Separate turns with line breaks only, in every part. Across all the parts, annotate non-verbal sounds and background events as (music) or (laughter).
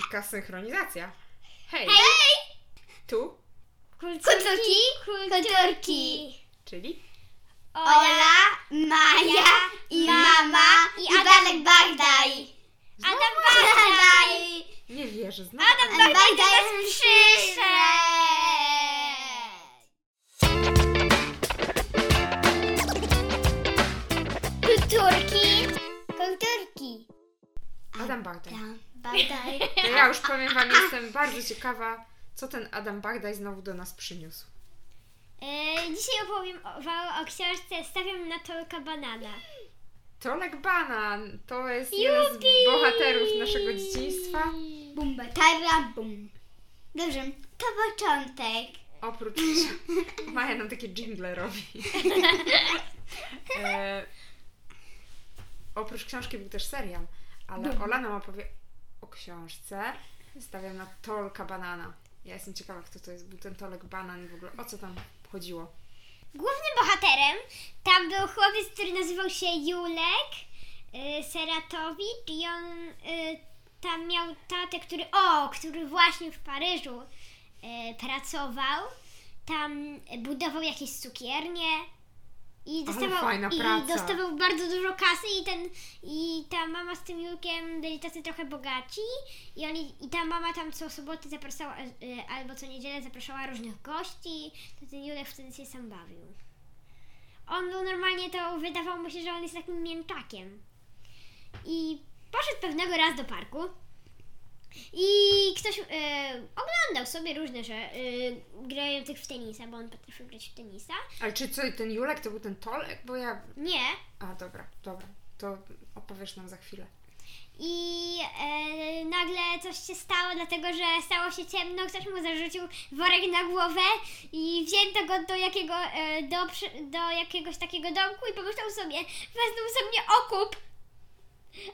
Taka synchronizacja. Hej,
Hej!
tu,
Kulturki! Kulturki!
czyli
Ola, Maja i mama i Adam No Bagdaj. Adam Bagdaj!
nie wierzę, znam.
Adam Bagdaj nas przyszedł! Kulturki! Kulturki!
Adam Bagdaj.
Tak. Bagdaj. (laughs)
To ja już powiem Wam, jestem bardzo ciekawa, co ten Adam Bagdaj znowu do nas przyniósł.
E, Dzisiaj opowiem o, wam o książce Stawiam na tołka banana.
Trolek Banan to jest jeden z bohaterów naszego dzieciństwa.
Bum, batara, bum. Dobrze, to początek.
Oprócz Maja nam takie jingle robi. e, oprócz książki był też serial, ale Ola nam opowie o książce. Stawiam na Tolka Banana. Ja jestem ciekawa, kto to jest, był ten Tolek Banan i w ogóle o co tam chodziło.
Głównym bohaterem tam był chłopiec, który nazywał się Julek y, Seratowicz i on y, tam miał tatę, który, o, który właśnie w Paryżu y, pracował. Tam budował jakieś cukiernie i dostawał,
fajna
i
praca.
dostawał bardzo dużo kasy i ten i ta mama z tym Julkiem byli tacy trochę bogaci i oni i ta mama tam co soboty zapraszała y, albo co niedzielę zapraszała różnych gości, to ten Julek wtedy się sam bawił. On był normalnie to wydawało mu się, że on jest takim mięczakiem. I poszedł pewnego raz do parku i ktoś y, oglądał sobie różne rzeczy y, grających w tenisa, bo on potrafił grać w tenisa.
Ale czy co, ten Julek to był ten Tolek? Bo ja...
Nie,
A, dobra, dobra. To opowiesz nam za chwilę.
I e, nagle coś się stało, dlatego że stało się ciemno, ktoś mu zarzucił worek na głowę i wzięto go do, jakiego, e, do, przy- do jakiegoś takiego domku i pomyślał sobie, wezmą sobie okup.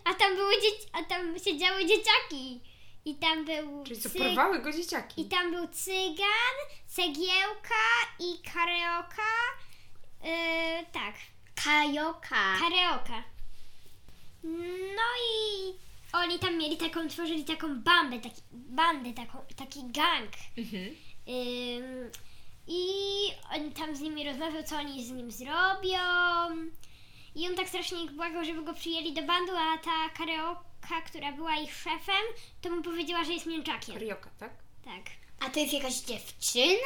A tam były dzieci, a tam siedziały dzieciaki. I tam był
Czyli co,
cyk-
porwały go
i
dzieciaki.
tam był cygan, cegiełka i kareoka. E, tak.
Kajoka.
Karaoke. No i oni tam mieli taką, tworzyli taką bandę, taki, bandę taką, taki gang.
Mhm.
Ym, I on tam z nimi rozmawiał, co oni z nim zrobią. I on tak strasznie ich błagał, żeby go przyjęli do bandu, a ta karaoka, która była ich szefem, to mu powiedziała, że jest mięczakiem.
Rioka, tak?
Tak.
A to jest jakaś dziewczyna?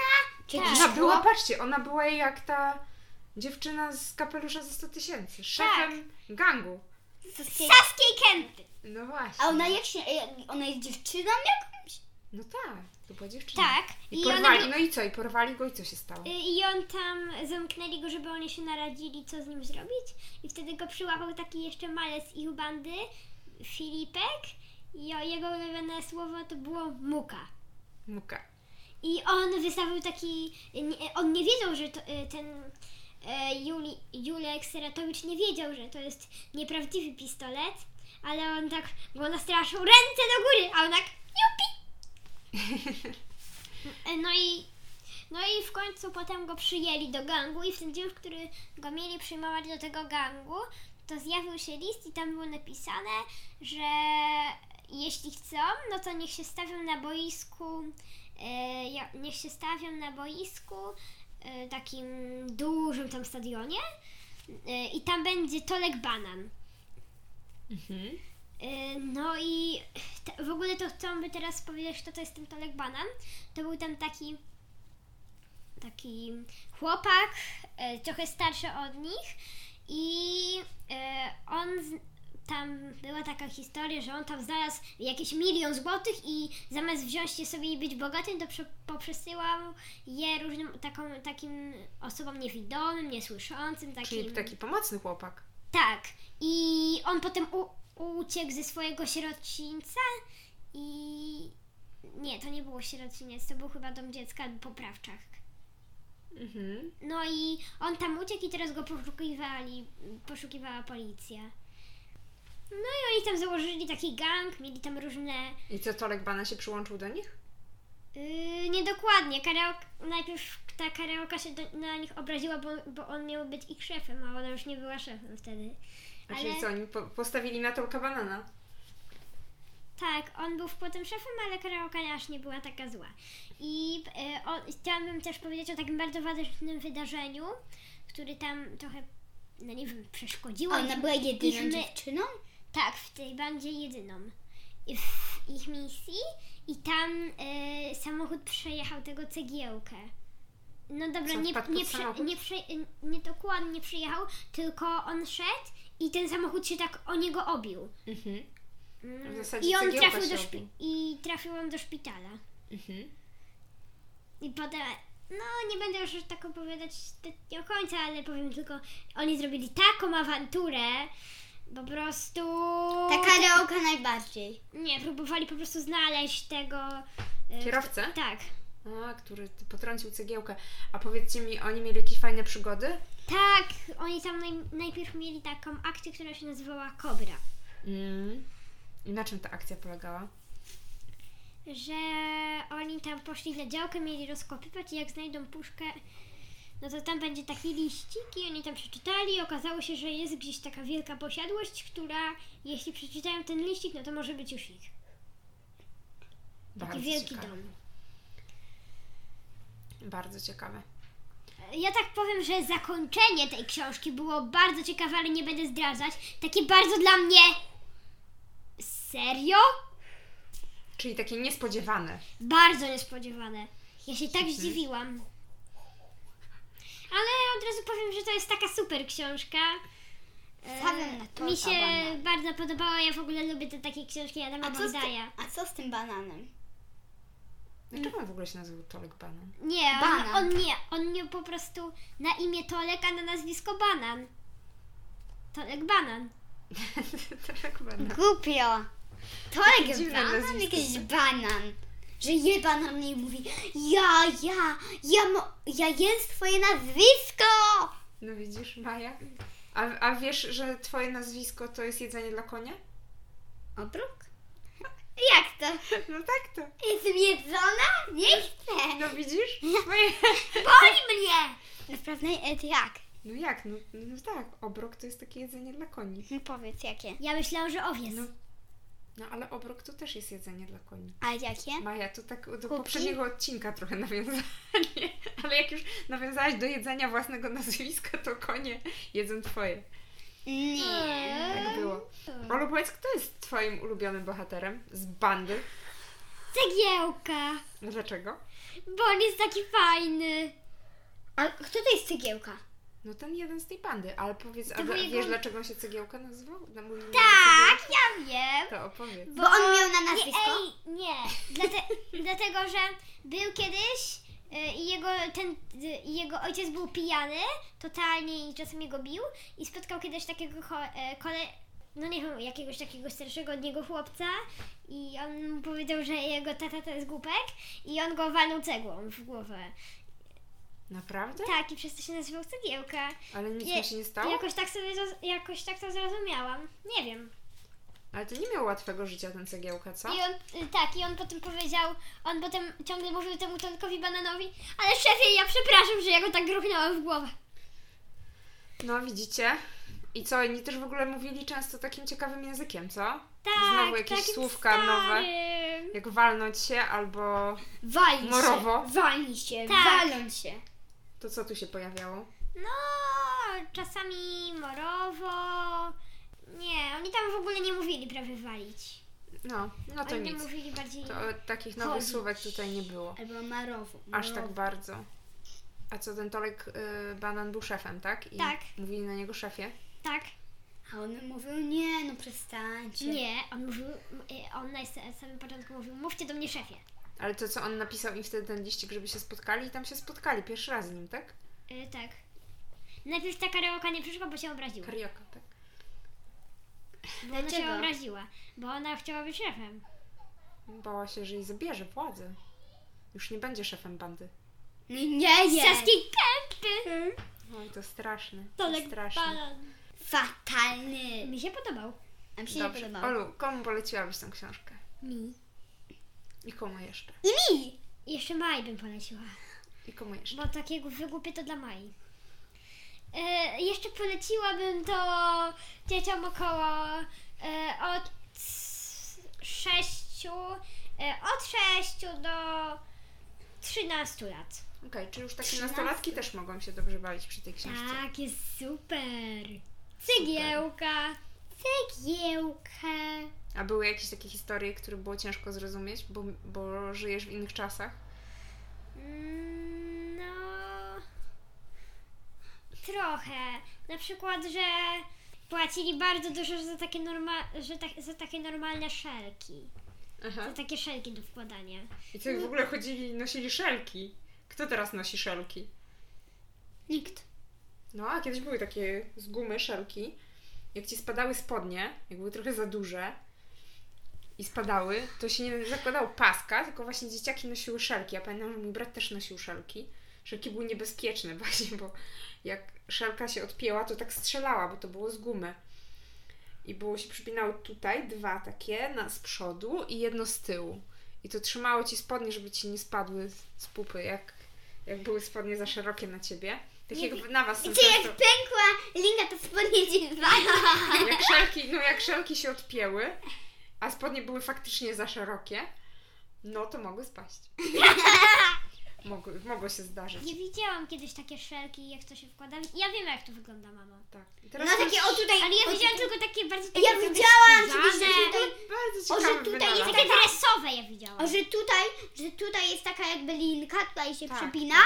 Czy
Tak.
jakiś
Ona była,
chłop?
patrzcie, ona była jak ta dziewczyna z kapelusza za 100 tysięcy, szefem gangu.
Saskiej Kępy.
No właśnie.
A ona jak się... jak- Ona jest dziewczyną jakąś?
No tak, to była dziewczyna.
Tak.
I,
ona
porwali,
by-
no i co? I porwali go i co się stało?
Y, I on tam zamknęli go, żeby oni się naradzili, co z nim zrobić. I wtedy go przyłapał taki jeszcze malec ich bandy, Filipek. I o- jego ulubione słowo to było muka.
Muka.
I on wystawił taki. Nie, on nie wiedział, że to, y, ten e, Juli, Julek Seratowicz nie wiedział, że to jest nieprawdziwy pistolet, ale on tak go nastraszył ręce do góry, a on tak jupi! E, No i, no i w końcu potem go przyjęli do gangu i w ten dzień, w który go mieli przyjmować do tego gangu, to zjawił się list i tam było napisane, że jeśli chcą, no to niech się stawią na boisku, e, ja- niech się stawią na boisku e, takim dużym tam stadionie e, i tam będzie Tolek Banan.
Mhm.
E, No i te, w ogóle to chciałabym teraz powiedzieć, kto to jest ten Tolek Banan. To był tam taki taki chłopak, e, trochę starszy od nich i e, on z, tam była taka historia, że on tam znalazł jakieś milion złotych i zamiast wziąć je sobie i być bogatym, to prze, poprzesyłał je różnym taką, takim osobom niewidomym, niesłyszącym, takim...
Czyli taki pomocny chłopak.
Tak. I on potem u, uciekł ze swojego sierocińca i... Nie, to nie było sierociniec, to był chyba dom dziecka albo poprawczak.
Mhm.
No i on tam uciekł i teraz go poszukiwali, poszukiwała policja. No i oni tam założyli taki gang, mieli tam różne...
I co, Tolek Bana się przyłączył do nich?
Yy, niedokładnie, karaok, najpierw ta karaoka się do, na nich obraziła, bo, bo on miał być ich szefem, a ona już nie była szefem wtedy.
Znaczy, A czyli co, oni po postawili na Tolka Banana?
Tak, on był potem szefem, ale karaoke aż nie była taka zła. I e, o, chciałabym też powiedzieć o takim bardzo ważnym wydarzeniu, który tam trochę, no nie wiem, przeszkodziło.
Ona
im.
była
ich my-
jedyną dziewczyną?
Tak, w tej bandzie jedyną. I W ich misji i tam e, samochód przejechał tego cegiełkę. No dobra,
Co,
nie,
wpadł
nie,
pod
prze,
samochód?
nie, prze, nie dokładnie przejechał, tylko on szedł i ten samochód się tak o niego obił.
Mhm.
Mm,
W zasadzie
I on
cegiełka
trafił
się
do, szpi-
obił.
i trafił on do szpitala.
Mhm.
I potem, no nie będę już tak opowiadać te- do końca, ale powiem tylko, oni zrobili taką awanturę, po prostu...
Ta karaoke najbardziej.
Nie, próbowali po prostu znaleźć tego. y,
Kierowcę?
kto- Tak.
A, który potrącił cegiełkę. A powiedzcie mi, oni mieli jakieś fajne przygody?
Tak, oni tam naj, najpierw mieli taką akcję, która się nazywała Kobra.
Mm. I na czym ta akcja polegała?
Że oni tam poszli na działkę, mieli rozkopywać i jak znajdą puszkę, no to tam będzie taki liścik i oni tam przeczytali. Okazało się, że jest gdzieś taka wielka posiadłość, która jeśli przeczytają ten liścik, no to może być już ich.
Bardzo
wielki
ciekawe.
dom.
Bardzo ciekawe.
Ja tak powiem, że zakończenie tej książki było bardzo ciekawe, ale nie będę zdradzać. Takie bardzo dla mnie. Serio?
Czyli takie niespodziewane.
Bardzo niespodziewane. Ja się tak zdziwiłam. Ale od razu powiem, że to jest taka super książka. E,
Stawiam na to
Mi się
banana.
bardzo podobała, ja w ogóle lubię te takie książki Adama
A co, z ty,
Bandaja.
a co z tym bananem?
Dlaczego on No w ogóle się nazywał Tolek (laughs) Banan?
Nie, on,
Banan.
on nie, on miał po prostu na imię Tolek, a na nazwisko Banan. Tolek Banan.
Tolek Banan.
Głupio. Torek jest
dziwne
banan,
nazwisko.
jakiś banan. Że je banan i mówi, ja, ja, ja, mo, ja jest twoje nazwisko.
No widzisz, Maja? A, a wiesz, że twoje nazwisko to jest jedzenie dla konia?
Obruk? Jak to?
No tak to.
Jestem jedzona? Nie chcę.
No widzisz? Maja.
Boli mnie. Naprawdę, Ed, jak?
No jak? No, no tak, obrok to jest takie jedzenie dla koni.
No powiedz, jakie?
Ja myślałam, że owiec.
No, no ale obrok to też jest jedzenie dla koni.
A jakie?
Maja, to tak do
Kuki?
poprzedniego odcinka trochę nawiązanie, (laughs) ale jak już nawiązałaś do jedzenia własnego nazwiska, to konie jedzą twoje.
Nie.
Tak było. Olu, powiedz, kto jest twoim ulubionym bohaterem z bandy?
Cegiełka,
Dlaczego?
bo on jest taki fajny.
A kto to jest cegiełka?
No ten jeden z tej bandy, ale powiedz, a
To
dla-
był jego-
wiesz dlaczego on się cegiełka nazywał? No, mówimy, że
Tak, ja wiem.
Cegiełka, To opowiedz.
Bo on miał na
Nie,
nazwisko?
ej, nie. Dlate, dlatego, że był kiedyś y, i jego, ten, y, i jego ojciec był pijany totalnie i czasami go bił i spotkał kiedyś takiego cho, y, kole, no nie wiem, jakiegoś takiego starszego od niego chłopca i on mu powiedział, że jego tata to jest głupek i on go walnął cegłą w głowę.
Naprawdę?
Tak, i przez to się nazywał cegiełka.
Ale nic
Nie,
mu się nie stało?
Jakoś tak sobie, zro- jakoś tak to zrozumiałam. Nie wiem.
Ale to nie miał łatwego życia ten cegiełka, co?
I on, y, tak, i on potem powiedział, on potem ciągle mówił temu Tolkowi Bananowi, ale szefie, ja przepraszam, że ja go tak gruchnąłem w głowę.
No widzicie? I co, oni też w ogóle mówili często takim ciekawym językiem, co?
Tak,
Znowu jakieś
takim
słówka nowe.
starym.
Jak walnąć się albo
Walić
Morowo?
się. Walić się,
Tak.
waląc się.
to co tu się pojawiało?
No, czasami morowo. Nie, oni tam w ogóle nie mówili prawie walić.
No, no to
oni tam
nic.
mówili bardziej...
To takich nowych
Chodzić.
słówek tutaj nie było.
Albo marowo.
Aż
No.
tak bardzo. A co, ten Tolek y, Banan był szefem, tak? I
Tak.
mówili na niego szefie?
Tak.
A on mówił, nie no przestańcie.
Nie, on mówił, y, on na samym początku mówił, mówcie do mnie szefie.
Ale to co, on napisał im wtedy ten liścik, żeby się spotkali i tam się spotkali, pierwszy raz z nim, tak?
Y, tak. Najpierw ta karaoka nie przyszła, bo się obraziła.
Karioka, tak?
Bo ona się
Dlaczego?
obraziła, bo ona chciała być szefem.
Bała się, że jej zabierze władzę. Już nie będzie szefem bandy.
Nie, nie
Z
jest.
Saski Kępy!
Oj, to straszne. To
Tolek
straszne.
Balan.
Fatalny.
Mi się podobał.
A mi się nie
Dobrze.
podobało.
Olu, komu poleciłabyś tą książkę?
Mi.
I komu jeszcze?
I mi.
Jeszcze Maj bym poleciła,
I komu jeszcze?
bo takiego wygłupie to dla Mai. E, jeszcze poleciłabym to dzieciom około e, od 6 sześciu, e, od 6 do 13 lat.
Okej, czy już takie
Trzynastu.
nastolatki też mogą się dobrze bawić przy tej książce?
Tak, jest super. Cegiełka, cegiełkę.
A były jakieś takie historie, które było ciężko zrozumieć, bo, bo żyjesz w innych czasach?
Mm, No. Trochę. Na przykład, że płacili bardzo dużo za takie, norma- że tak, za takie normalne szelki. Za
Aha.
takie szelki do wkładania.
I ty w ogóle chodzili i nosili szelki. Kto teraz nosi szelki?
Nikt.
No, a kiedyś były takie z gumy szelki. Jak ci spadały spodnie, jak były trochę za duże i spadały, to się nie zakładało paska, tylko właśnie dzieciaki nosiły szelki. Ja pamiętam, że mój brat też nosił szelki. Szelki były niebezpieczne (laughs) właśnie, bo jak szelka się odpięła, to tak strzelała, bo to było z gumy. I było się przypinało tutaj dwa takie, na, z przodu i jedno z tyłu. I to trzymało ci spodnie, żeby ci nie spadły z- z pupy, jak, jak były spodnie za szerokie na ciebie. Tak
Nie
jak na was są
Gdzie jak
często-
pękła linka, to spodnie ci wala.
jak szelki, no jak szelki się odpięły, a spodnie były faktycznie za szerokie, no to mogły
(laughs)
spaść. Mogły, mogło się zdarzyć.
Nie widziałam kiedyś takie szelki, jak to się wkłada. Ja wiem, jak to wygląda, mama.
Tak. I
No
teraz to
takie
jest
o tutaj.
Ale ja
o
widziałam
tutaj.
tylko takie bardzo takie
Ja
trochę
widziałam kiedyś, że
skubane.
tutaj
bardzo
o, że
ciekawy
tutaj jest
wynalazek.
Takie dresowe ja widziałam.
O, że tutaj, że tutaj jest taka jakby linka, tutaj się
Tak.
przypina,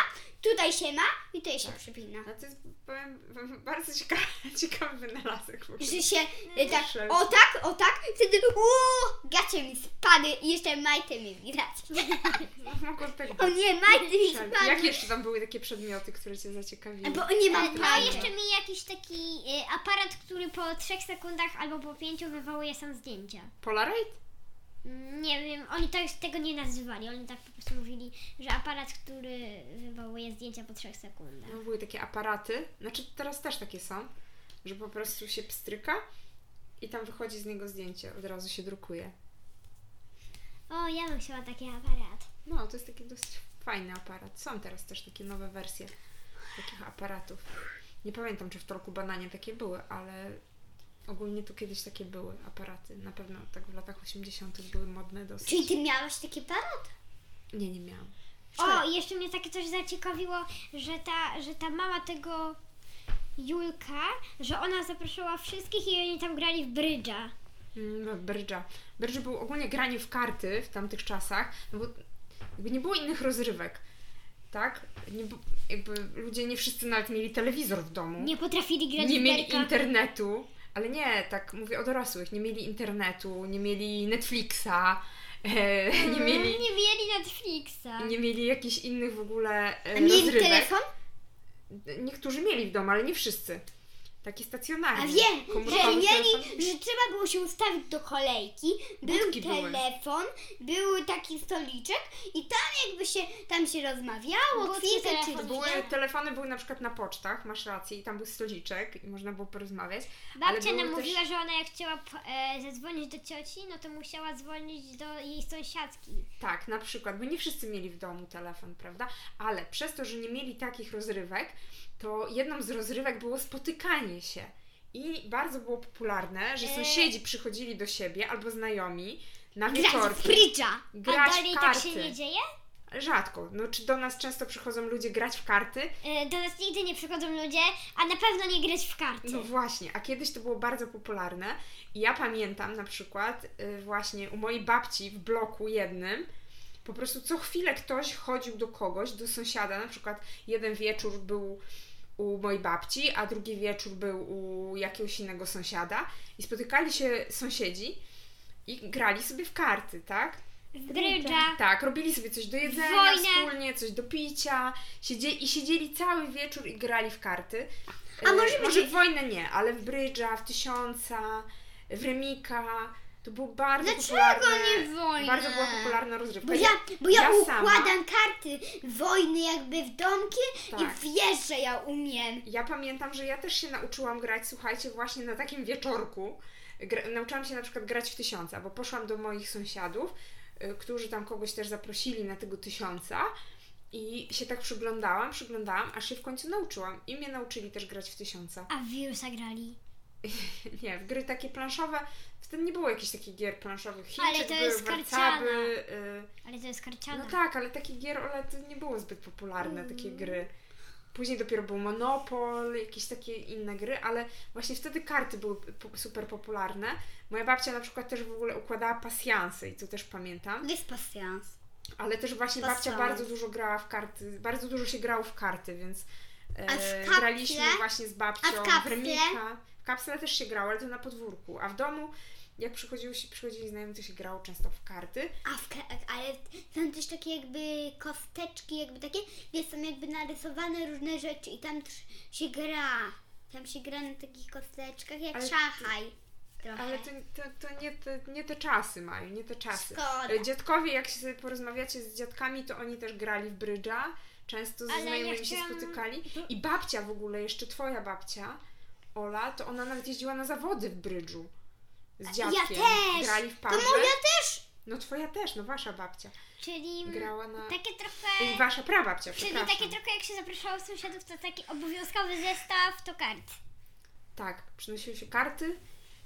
tutaj się ma i tutaj się przypina.
No to jest, powiem, (laughs) wam, bardzo ciekawy, (laughs) ciekawy wynalazek. w ogóle.
Że się y, tak,
Proszę.
o tak, o tak, wtedy uuu, gacie mi spadły i jeszcze majty mi widać.
No, Mogło tak
O
być.
nie, majty mi
Szelki. Jak
spadły.
jeszcze tam były takie przedmioty, które Cię zaciekawiły?
Bo nie ma
No
majty.
jeszcze mi jakiś taki y, aparat, który po 3 sekundach albo po 5 wywołuje sam zdjęcia.
Polaroid?
Mm, Nie wiem, oni to już tego nie nazywali, oni tak po prostu mówili, że aparat, który wywołuje zdjęcia po 3 sekundach.
No, były takie aparaty, znaczy teraz też takie są, że po prostu się pstryka i tam wychodzi z niego zdjęcie, od razu się drukuje.
O, ja bym chciała taki aparat.
No, to jest taki dosyć fajny aparat. Są teraz też takie nowe wersje takich aparatów. Nie pamiętam, czy w Torku Bananie takie były, ale ogólnie to kiedyś takie były aparaty. Na pewno tak w latach 80. były modne
Czyli
dosyć.
ty miałaś taki parat?
Nie, nie miałam.
O, i jeszcze mnie takie coś zaciekawiło, że ta, że ta mama tego Julka, że ona zaprosiła wszystkich i oni tam grali w brydża.
Mm, Brydża. Brydża był ogólnie granie w karty w tamtych czasach, no bo jakby nie było innych rozrywek, tak? Nie, bu- jakby ludzie nie wszyscy nawet mieli telewizor w domu.
Nie potrafili grać
nie
w
mieli
berka.
internetu, ale nie, tak mówię o dorosłych, nie mieli internetu, nie mieli Netflixa, e, (laughs)
Mhm.
nie mieli,
Nie mieli Netflixa.
nie mieli jakichś innych w ogóle e,
A mieli
rozrywek.
telefon?
Niektórzy mieli w domu, ale nie wszyscy. Taki stacjonarny.
A wiem, że
komórkowy
mieli,
telefon.
że trzeba było się ustawić do kolejki, był
Budki były.
telefon, był taki stoliczek i tam jakby się, tam się rozmawiało,
Budki,
chwilkę
telefon. tak?
czy
Były,
dwie.
telefony były na przykład na pocztach, masz rację, i tam był stoliczek i można było porozmawiać. ale
Babcia
były
nam
też-
mówiła, że ona jak chciała p- e, zadzwonić do cioci, no to musiała dzwonić do jej sąsiadki.
Tak, na przykład, bo nie wszyscy mieli w domu telefon, prawda? Ale przez to, że nie mieli takich rozrywek, to jedną z rozrywek było spotykanie się. I bardzo było popularne, że
E.
sąsiedzi przychodzili do siebie albo znajomi na
Grać w
wieczorki,
prycza.
grać
A dalej
w
tak
karty.
się nie dzieje?
Rzadko. No, czy do nas często przychodzą ludzie grać w karty?
E, do nas nigdy nie przychodzą ludzie, a na pewno nie grać w karty.
No właśnie, a kiedyś to było bardzo popularne i ja pamiętam na przykład y, właśnie u mojej babci w bloku jednym po prostu co chwilę ktoś chodził do kogoś, do sąsiada, na przykład jeden wieczór był u mojej babci, a drugi wieczór był u jakiegoś innego sąsiada i spotykali się sąsiedzi i grali sobie w karty, tak?
w brydża.
Tak, robili sobie coś do jedzenia
Wojnę.
wspólnie, coś do picia siedzie, i siedzieli cały wieczór i grali w karty.
A
E,
może
może
będzie-
w wojnę nie, ale w brydża, w tysiąca, w remika. To było bardzo popularne.
wojnę?
Bardzo była popularna rozrywka.
Bo ja, bo ja,
Ja sama-
układam karty wojny jakby w domki
Tak.
i wiesz, że ja umiem.
Ja pamiętam, że ja też się nauczyłam grać, słuchajcie, właśnie na takim wieczorku. Gra, nauczyłam się na przykład grać w tysiąca, bo poszłam do moich sąsiadów, y, którzy tam kogoś też zaprosili na tego tysiąca i się tak przyglądałam, przyglądałam, aż się w końcu nauczyłam. I mnie nauczyli też grać w tysiąca. (laughs)
A w wirusa grali.
Nie, w gry takie planszowe, w wtedy nie było jakichś takich gier planszowych.
Ale
Chińczyk
to
był,
jest
warcaby,
Ale to jest
y,
karciana.
No tak, ale takie gier, ale to nie były zbyt popularne
Mm.
takie gry. Później dopiero był Monopol, jakieś takie inne gry, ale właśnie wtedy karty były po- super popularne. Moja babcia na przykład też w ogóle układała pasjansy i to też pamiętam.
Jest pasjans.
Ale też właśnie babcia
Pasjans.
bardzo dużo grała w karty, bardzo dużo się grało w karty, więc e,
A w kapsle?
graliśmy właśnie z babcią
A w kapsle?
remika. W kapsle też się grało, ale to na podwórku. A w domu, jak przychodziły się, przychodzili znajomi, to się grało często w karty.
A w kre- ale są też takie jakby kosteczki, jakby takie, gdzie są jakby narysowane różne rzeczy i tam też się gra. Tam się gra na takich kosteczkach jak
Ale-
szachaj. Trochę.
Ale to, to, to nie, te, nie te czasy mają, nie te czasy.
Szkoda.
E, Dziadkowie, jak się sobie porozmawiacie z dziadkami, to oni też grali w brydża, często ze
Ale ja
znajomymi
chciałam-
się spotykali. I babcia w ogóle, jeszcze twoja babcia, Ola, to ona nawet jeździła na zawody w brydżu z dziadkiem.
też!
Grali w
To
parze.
moja też!
No twoja też, no wasza babcia.
Czyli mm,
Grała na...
takie
I
trochę.
wasza prababcia,
Czyli
przepraszam.
takie trochę jak się zapraszało sąsiadów, to taki obowiązkowy zestaw to kart.
Tak, przynosiły się karty,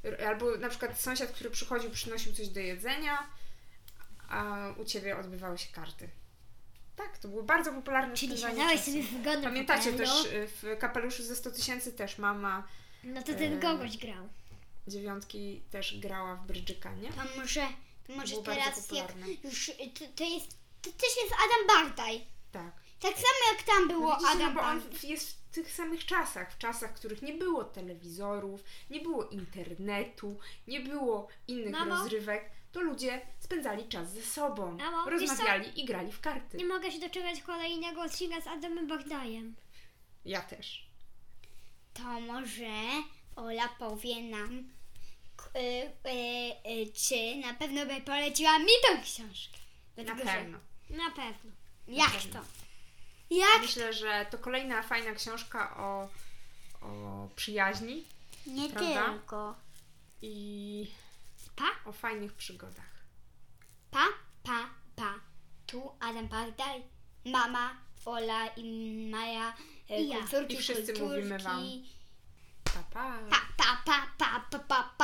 r- albo na przykład sąsiad, który przychodził, przynosił coś do jedzenia, a u Ciebie odbywały się karty. Tak, to były bardzo popularne
Czyli
spędzanie
siadałeś
czasu.
sobie w wygodnym
Pamiętacie
tak?
fotelu.
No.
też y, w kapeluszu ze 100 tysięcy też mama
No to ten
em,
kogoś grał.
dziewiątki też grała w brydżyka, nie?
To może, to może
było bardzo
teraz jak
popularne.
już, to, to jest, to też jest Adam Bartaj.
Tak.
Tak samo jak tam było
No widzicie, no
Adam
bo on
Bartaj.
w- jest w tych samych czasach, w czasach, w których nie było telewizorów, nie było internetu, nie było innych
Mamo?
rozrywek, to ludzie spędzali czas ze sobą,
Mamo, wiesz co?
rozmawiali i grali w karty.
Nie mogę się doczekać kolejnego odcinka z Adamem Bagdajem.
Ja też.
To może Ola powie nam, k- y, y, y, czy na pewno by poleciła mi tą książkę.
Na
że-
pewno.
Na pewno.
Jak
pewno.
to?
Tak.
Jak?
Myślę, że to kolejna fajna książka o, o przyjaźni
Nie
Prawda?
tylko.
i
Pa,
o fajnych przygodach.
pa, pa, pa. Tu Adam Bagdaj, mama, Ola i Maja, y,
I ja.
kulturki,
I wszyscy
kulturki.
mówimy wam. Pa, pa!
Pa, pa, pa, pa, pa, pa, pa.